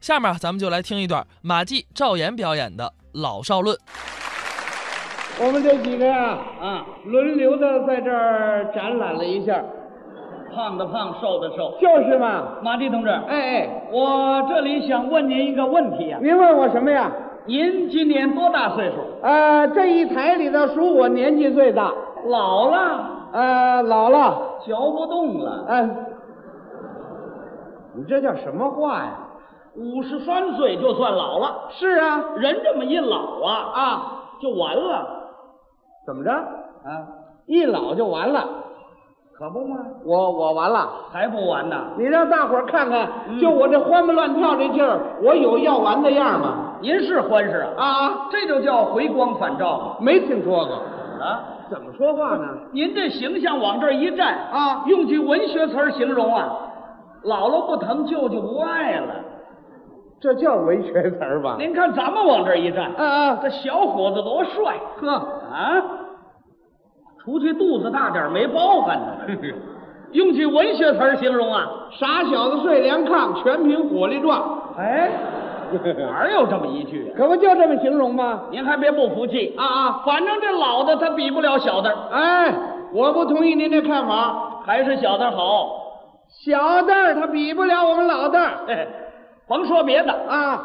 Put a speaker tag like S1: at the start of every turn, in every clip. S1: 下面咱们就来听一段马季、赵岩表演的《老少论》。
S2: 我们这几个呀、
S3: 啊，
S2: 轮流的在这儿展览了一下，
S3: 胖的胖，瘦的瘦。
S2: 就是嘛。
S3: 马季同志，
S2: 哎哎，
S3: 我这里想问您一个问题呀、
S2: 您问我什么呀？
S3: 您今年多大岁数？
S2: 呃，这一台里头数我年纪最大，
S3: 老了，
S2: 呃，老了，
S3: 嚼不动了，
S2: 嗯、你这叫什么话呀？
S3: 五十三岁就算老了。
S2: 是啊，
S3: 人这么一老啊
S2: 啊，
S3: 就完了。
S2: 怎么着？
S3: 啊，
S2: 一老就完了，
S3: 可不嘛，
S2: 我我完了。
S3: 还不完呢。
S2: 你让大伙儿看看，就我这欢蹦乱跳这劲儿，我有要完的样吗？
S3: 您是欢实啊？
S2: 啊，
S3: 这就叫回光返照嘛。
S2: 没听说过，
S3: 啊，
S2: 怎么说话呢？
S3: 您这形象往这儿一站，
S2: 啊，
S3: 用句文学词儿形容啊，姥姥不疼，舅舅不爱了。
S2: 这叫文学词儿吧？
S3: 您看咱们往这儿一站，
S2: 啊啊，
S3: 这小伙子多帅
S2: 呵，
S3: 啊！除去肚子大点儿没包含呢。 用句文学词儿形容啊，
S2: 傻小子睡凉炕，全凭火力壮，
S3: 哎，哪儿有这么一句啊？
S2: 可不就这么形容吗？
S3: 您还别不服气啊，
S2: 啊啊，
S3: 反正这老的他比不了小的，
S2: 哎，我不同意您这看法。
S3: 还是小的好。
S2: 小蛋儿他比不了我们老蛋儿
S3: 哎，甭说别的，
S2: 啊，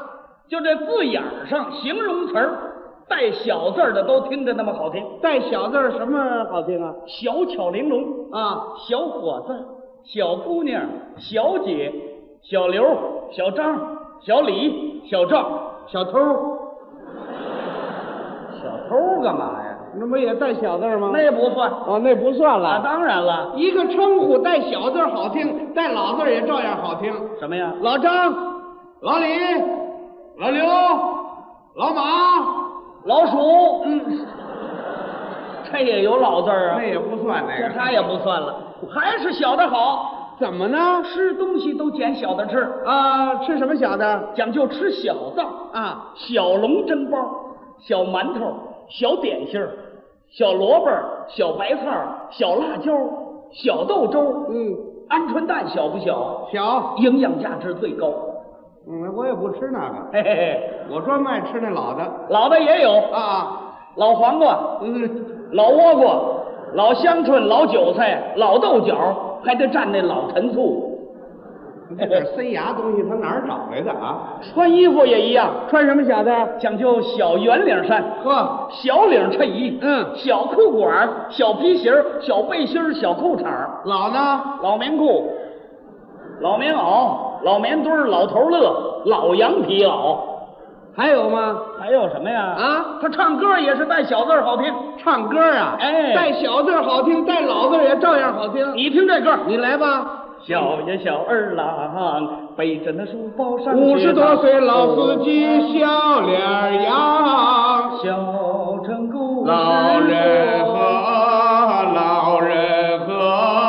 S3: 就这字眼儿上形容词儿带小字儿的都听着那么好听，
S2: 带小字儿什么好听啊？
S3: 小巧玲珑，
S2: 啊，
S3: 小伙子、小姑娘、小姐、小刘、小张、小李、小赵、
S2: 小偷，
S3: 小偷干嘛呀？
S2: 那不也带小字儿吗？
S3: 那也不算
S2: 哦，那不算
S3: 啊，
S2: 了。
S3: 当然了，
S2: 一个称呼带小字儿好听，带老字儿也照样好听。
S3: 什么呀？
S2: 老张、老李、老刘、老马，
S3: 老鼠，嗯，这也有老字儿啊，
S2: 那也不算那
S3: 这
S2: 个。
S3: 他也不算了，还是小的好，
S2: 怎么呢？
S3: 吃东西都捡小的吃，
S2: 啊，吃什么小的？
S3: 讲究吃小的，
S2: 啊，
S3: 小笼蒸包、小馒头、小点心儿、小萝卜儿、小白菜儿、小辣椒儿、小豆粥儿，
S2: 嗯，
S3: 鹌鹑蛋小不小？
S2: 小，
S3: 营养价值最高，
S2: 嗯，我也不吃那个，
S3: 嘿嘿嘿，
S2: 我专卖吃那老的。
S3: 老的也有，
S2: 啊，
S3: 老黄瓜、
S2: 嗯，
S3: 老倭瓜、老香椿、老韭菜、老豆角，还得蘸那老陈醋。
S2: 这点塞牙东西，他哪儿找来的啊？
S3: 穿衣服也一样，
S2: 穿什么小的？
S3: 讲究小圆领衫、
S2: 呵，
S3: 小领衬衣，
S2: 嗯
S3: 小裤管儿、小皮鞋儿、小背心儿、小裤衩儿、
S2: 老呢？
S3: 老棉裤、老棉袄、老棉墩儿、老头乐、老羊皮袄，
S2: 还有吗？
S3: 还有什么呀？
S2: 啊，
S3: 他唱歌也是带小字儿好听。
S2: 唱歌啊，
S3: 哎
S2: 带小字儿好听，带老字儿也照样好听。
S3: 你听这歌儿，
S2: 你来吧。
S3: 小呀小二郎背着那书包上
S2: 五
S3: 街
S2: 十
S3: 道
S2: 多岁老司机，笑脸扬，
S3: 小城故事
S2: 老人和老人和。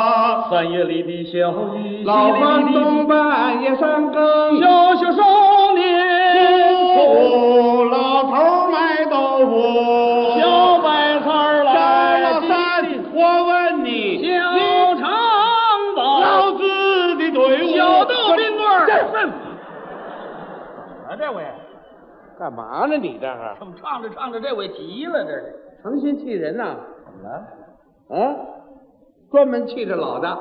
S3: 三月里的小雨，
S2: 老房东半夜三更，
S3: 小小少年从
S2: 老头卖豆腐
S3: 小白菜儿
S2: 三
S3: 来
S2: 老三，我问你，你
S3: 小肠
S2: 老
S3: 子，
S2: 子的队伍，
S3: 小豆冰棍儿。啊，这位
S2: 干嘛呢？你这是
S3: 怎么唱着唱着这位急了？这是
S2: 成心气人呐、
S3: 怎么了？
S2: 啊！专门气这老的。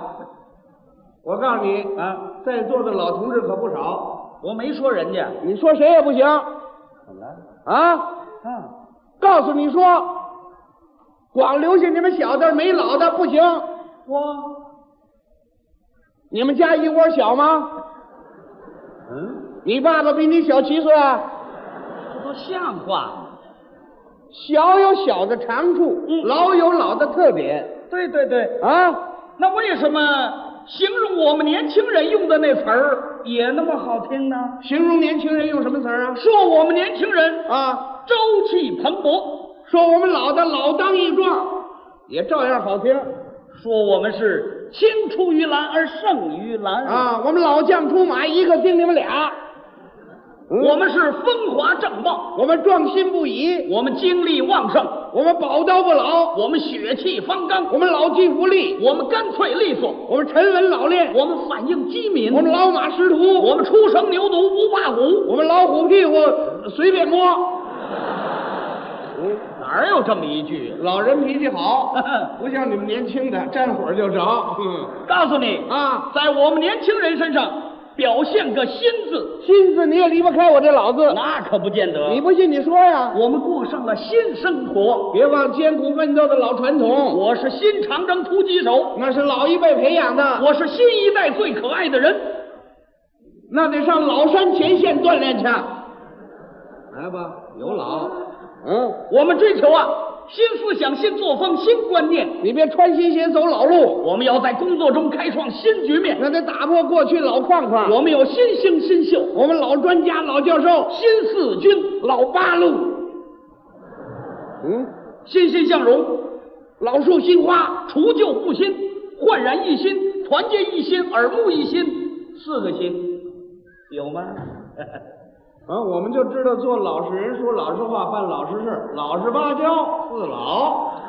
S2: 我告诉你，
S3: 啊，
S2: 在座的老同志可不少，
S3: 我没说人家。
S2: 你说谁也不行
S3: 怎么了？
S2: 啊！
S3: 啊。
S2: 告诉你说，光留下你们小的没老的不行。
S3: 我，
S2: 你们家一窝小吗？
S3: 嗯，
S2: 你爸爸比你小七岁啊？
S3: 这都像话吗？
S2: 小有小的长处，
S3: 嗯
S2: 老有老的特点
S3: 对对对，
S2: 啊！
S3: 那为什么形容我们年轻人用的那词儿也那么好听呢？
S2: 形容年轻人用什么词儿啊？
S3: 说我们年轻人
S2: 啊，
S3: 朝气蓬勃，
S2: 说我们老的老当益壮，也照样好听
S3: 说我们是青出于蓝而胜于蓝，
S2: 啊！我们老将出马，一个顶你们俩。
S3: 我们是风华正茂，
S2: 我们壮心不已，
S3: 我们精力旺盛，
S2: 我们宝刀不老，
S3: 我们血气方刚，
S2: 我们老骥伏枥，
S3: 我们干脆利索，
S2: 我们沉稳老练，
S3: 我们反应机敏，
S2: 我们老马识途，
S3: 我们初生牛犊不怕虎，
S2: 我老虎屁股随便摸。
S3: 哪儿有这么一句？
S2: 老人脾气好，不像你们年轻的沾火就着。嗯
S3: 告诉你
S2: 啊
S3: 在我们年轻人身上表现个“新”字，
S2: 新字你也离不开我这老字，
S3: 那可不见得。
S2: 你不信你说呀？
S3: 我们过上了新生活。
S2: 别忘艰苦奋斗的老传统，
S3: 我是新长征突击手，
S2: 那是老一辈培养的，
S3: 我是新一代最可爱的人。
S2: 那得上老山前线锻炼去。来吧，有老，嗯，
S3: 我们追求啊，新思想、新作风、新观念。
S2: 你别穿新鞋走老路，
S3: 我们要在工作中开创新局面。
S2: 那得打破过去老框框。
S3: 我们有新星、新秀、
S2: 我们老专家、老教授、
S3: 新四军、
S2: 老八路，嗯，
S3: 欣欣向荣，
S2: 老树新花，
S3: 除旧布新，焕然一新，团结一心，耳目一新，四个新，有吗？
S2: 啊，我们就知道做老实人，说老实话，办老实事，老实巴交，四老。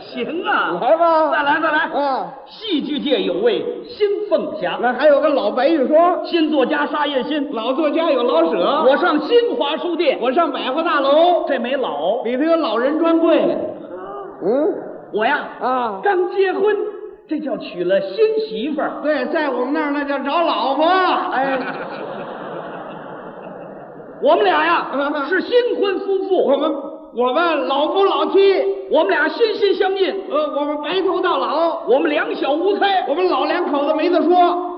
S3: 行啊，
S2: 来吧
S3: 再来再来。
S2: 啊，
S3: 戏剧界有位新凤霞，
S2: 那还有个老白玉霜，
S3: 新作家沙叶新，
S2: 老作家有老舍，
S3: 我上新华书店，
S2: 我上百货大楼，
S3: 这没老，
S2: 里头有老人专柜。嗯
S3: 我呀
S2: 啊，
S3: 刚结婚，这叫娶了新媳妇儿。
S2: 对，在我们那儿那叫找老婆。哎，
S3: 我们俩
S2: 嗯
S3: 呀是新婚夫妇，
S2: 我们我们老夫老妻，
S3: 我们俩心心相印，
S2: 呃，我们白头到老，
S3: 我们两小无猜。
S2: 我们老两口子没得说。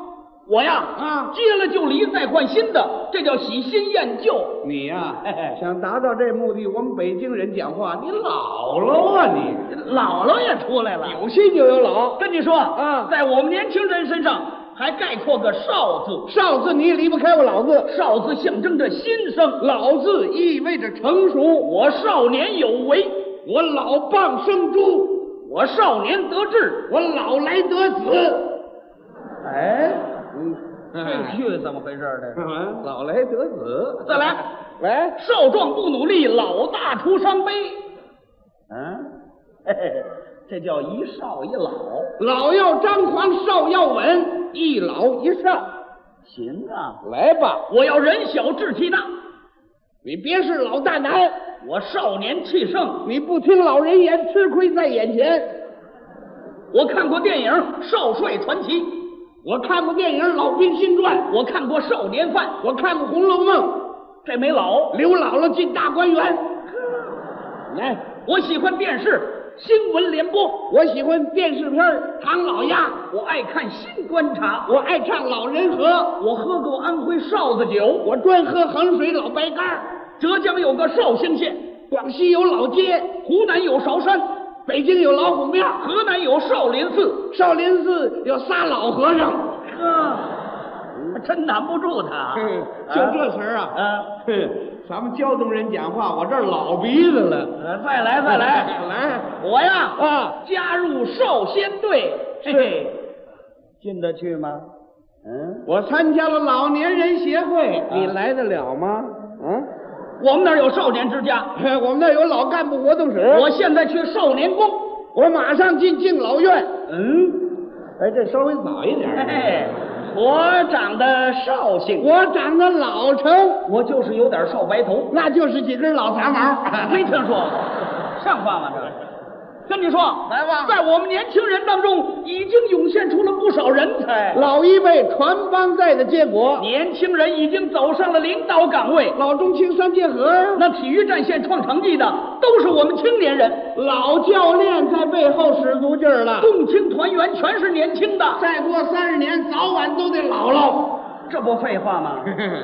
S3: 我呀
S2: 啊
S3: 结了就离，再换新的，这叫喜新厌旧。
S2: 你呀、
S3: 嘿嘿
S2: 想达到这目的，我们北京人讲话，你老了啊你，
S3: 姥姥也出来了。
S2: 有新就有老，
S3: 跟你说
S2: 啊
S3: 在我们年轻人身上还概括个少字，
S2: 少字你也离不开我老字，
S3: 少字象征着新生。
S2: 老字意味着成熟，
S3: 我少年有为，
S2: 我老蚌生珠，
S3: 我少年得志。
S2: 我老来得子。哎，嗯，
S3: 句子怎么回事呢？
S2: 老来得子，
S3: 再来，
S2: 来，
S3: 少壮不努力，老大徒伤悲。嗯，嘿嘿，这叫一少一老。
S2: 老要张狂，少要稳，一老一少，
S3: 行啊，
S2: 来吧，
S3: 我要人小志气大，
S2: 你别是老大难，
S3: 我少年气盛。
S2: 你不听老人言，吃亏在眼前。
S3: 我看过电影《少帅传奇》，
S2: 我看过电影《老兵新传》，
S3: 我看过《少年犯》，
S2: 我看过《红楼梦
S3: 这没老》，。
S2: 刘姥姥进大观园。来，
S3: 我喜欢电视新闻联播，
S2: 我喜欢电视片儿《唐老鸭》，
S3: 我爱看《新观察》，
S2: 我爱唱《老人河
S3: 我喝过安徽哨子酒，》，我
S2: 我专喝衡水老白干儿。
S3: 浙江有个绍兴县，
S2: 广西有老街，
S3: 湖南有韶山，
S2: 北京有老虎庙，
S3: 河南有少林寺。
S2: 少林寺有仨老和尚。
S3: 呵，真难不住他
S2: 词儿啊
S3: 啊！
S2: 哼，咱们胶东人讲话，我这儿老鼻子了。
S3: 啊再来再来，
S2: 来
S3: 我呀
S2: 啊！
S3: 加入少先队，嘿嘿，进得去吗？嗯，
S2: 我参加了老年人协会，你
S3: 啊
S2: 来得了吗？嗯。
S3: 我们那儿有少年之家，
S2: 我们那儿有老干部活动室，
S3: 我现在去少年宫。
S2: 我马上进敬老院。
S3: 嗯，
S2: 哎，这稍微早一点
S3: 嘿，我长得绍兴，
S2: 我长得老成，
S3: 我就是有点少白头。
S2: 那就是几根老杂毛。
S3: 没听说过，像话吗？这跟你说，来吧，在我们年轻人当中，已经涌现出了不少人才。
S2: 老一辈传帮带的结果，
S3: 年轻人已经走上了领导岗位，
S2: 老中青三结合呀。
S3: 那体育战线创成绩的都是我们青年人，
S2: 老教练在背后使足劲儿了。
S3: 共青团员全是年轻的，
S2: 再过三十年，早晚都得老了。
S3: 这不废话吗？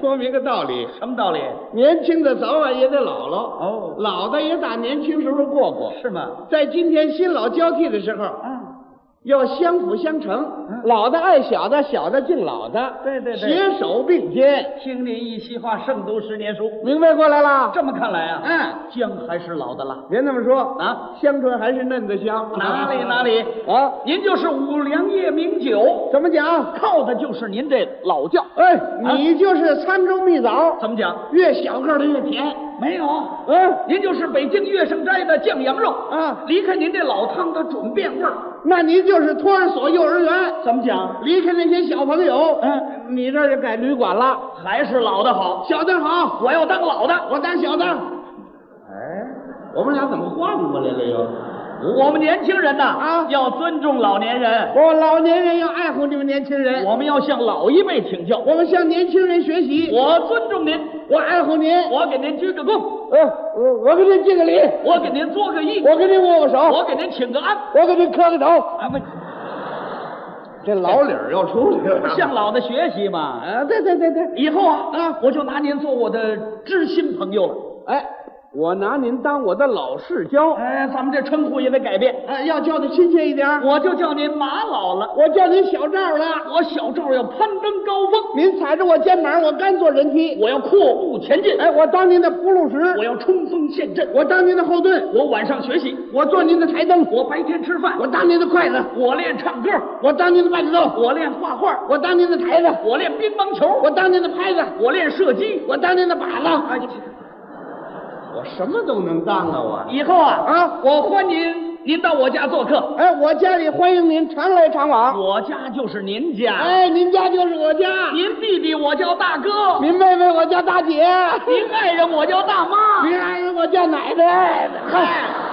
S2: 说明个道理，
S3: 什么道理？
S2: 年轻的早晚也得老了。
S3: 哦
S2: 老的也打年轻时候过过。
S3: 是吗？
S2: 在今天新老交替的时候，
S3: 啊，
S2: 要相辅相成，老的爱小的，小的敬老的，
S3: 对对对
S2: 携手并肩，
S3: 听您一席话，胜读十年书。
S2: 明白过来了？
S3: 这么看来啊，
S2: 嗯，
S3: 姜还是老的辣
S2: 别那么说，
S3: 啊！
S2: 香椿还是嫩的香，
S3: 哪里哪里，
S2: 啊？
S3: 您就是五粮液名酒。
S2: 怎么讲？
S3: 靠的就是您这老窖。
S2: 哎，你就是沧州蜜枣，
S3: 怎么讲？
S2: 越小个儿的越甜。
S3: 哎没有，
S2: 嗯，
S3: 您就是北京月盛斋的酱羊肉
S2: 啊
S3: 离开您这老汤它准变味儿。
S2: 那您就是托儿所幼儿园，
S3: 怎么么讲？
S2: 离开那些小朋友，
S3: 嗯，
S2: 你这儿就改旅馆了。
S3: 还是老的好。
S2: 小的好，
S3: 我要当老的。
S2: 我当小的。哎，我们俩怎么换过来了又？
S3: 我们年轻人呐，
S2: 啊
S3: 要尊重老年人，
S2: 我老年人要爱护你们年轻人，
S3: 我们要向老一辈请教。
S2: 我们向年轻人学习。
S3: 我尊重您，
S2: 我爱护您。
S3: 我给您鞠个躬，
S2: 呃，我我给您敬个礼，
S3: 我给您作个揖，
S2: 我给您握握手，
S3: 我给您请个安。
S2: 我给您磕个头。
S3: 咱们
S2: 这老理儿要出去了
S3: 向老的学习嘛。哎
S2: 啊，对对对对，
S3: 以后啊啊，我就拿您做我的知心朋友了。
S2: 哎，我拿您当我的老世交，
S3: 哎，咱们这称呼也得改变，
S2: 哎，要叫的亲切一点儿。
S3: 我就叫您马老了。
S2: 我叫您小赵了，
S3: 我小赵要攀登高峰，
S2: 您踩着我肩膀，我甘做人梯。
S3: 我要阔步前 进，
S2: 哎，我当您的铺路
S3: 我
S2: 石，
S3: 要冲锋陷阵，
S2: 我当您的后盾，
S3: 我晚上学习，
S2: 我做您的台灯，
S3: 我白天吃饭，
S2: 我当您的筷子，
S3: 我练唱歌，
S2: 我当您的伴奏，
S3: 我练画画，
S2: 我当您的台子，
S3: 我练乒乓球，
S2: 我当您的拍子，
S3: 我练射击。
S2: 我当您的靶子。
S3: 哎，
S2: 哎我什么都能当啊我。
S3: 以后啊
S2: 啊
S3: 我欢迎您到我家做客，
S2: 哎，我家里欢迎您常来常往。
S3: 我家就是您家，
S2: 哎，您家就是我家，
S3: 您弟弟我叫大哥，
S2: 您妹妹我叫大姐，
S3: 您爱人我叫大妈。
S2: 哎您爱人我叫奶奶。嗨。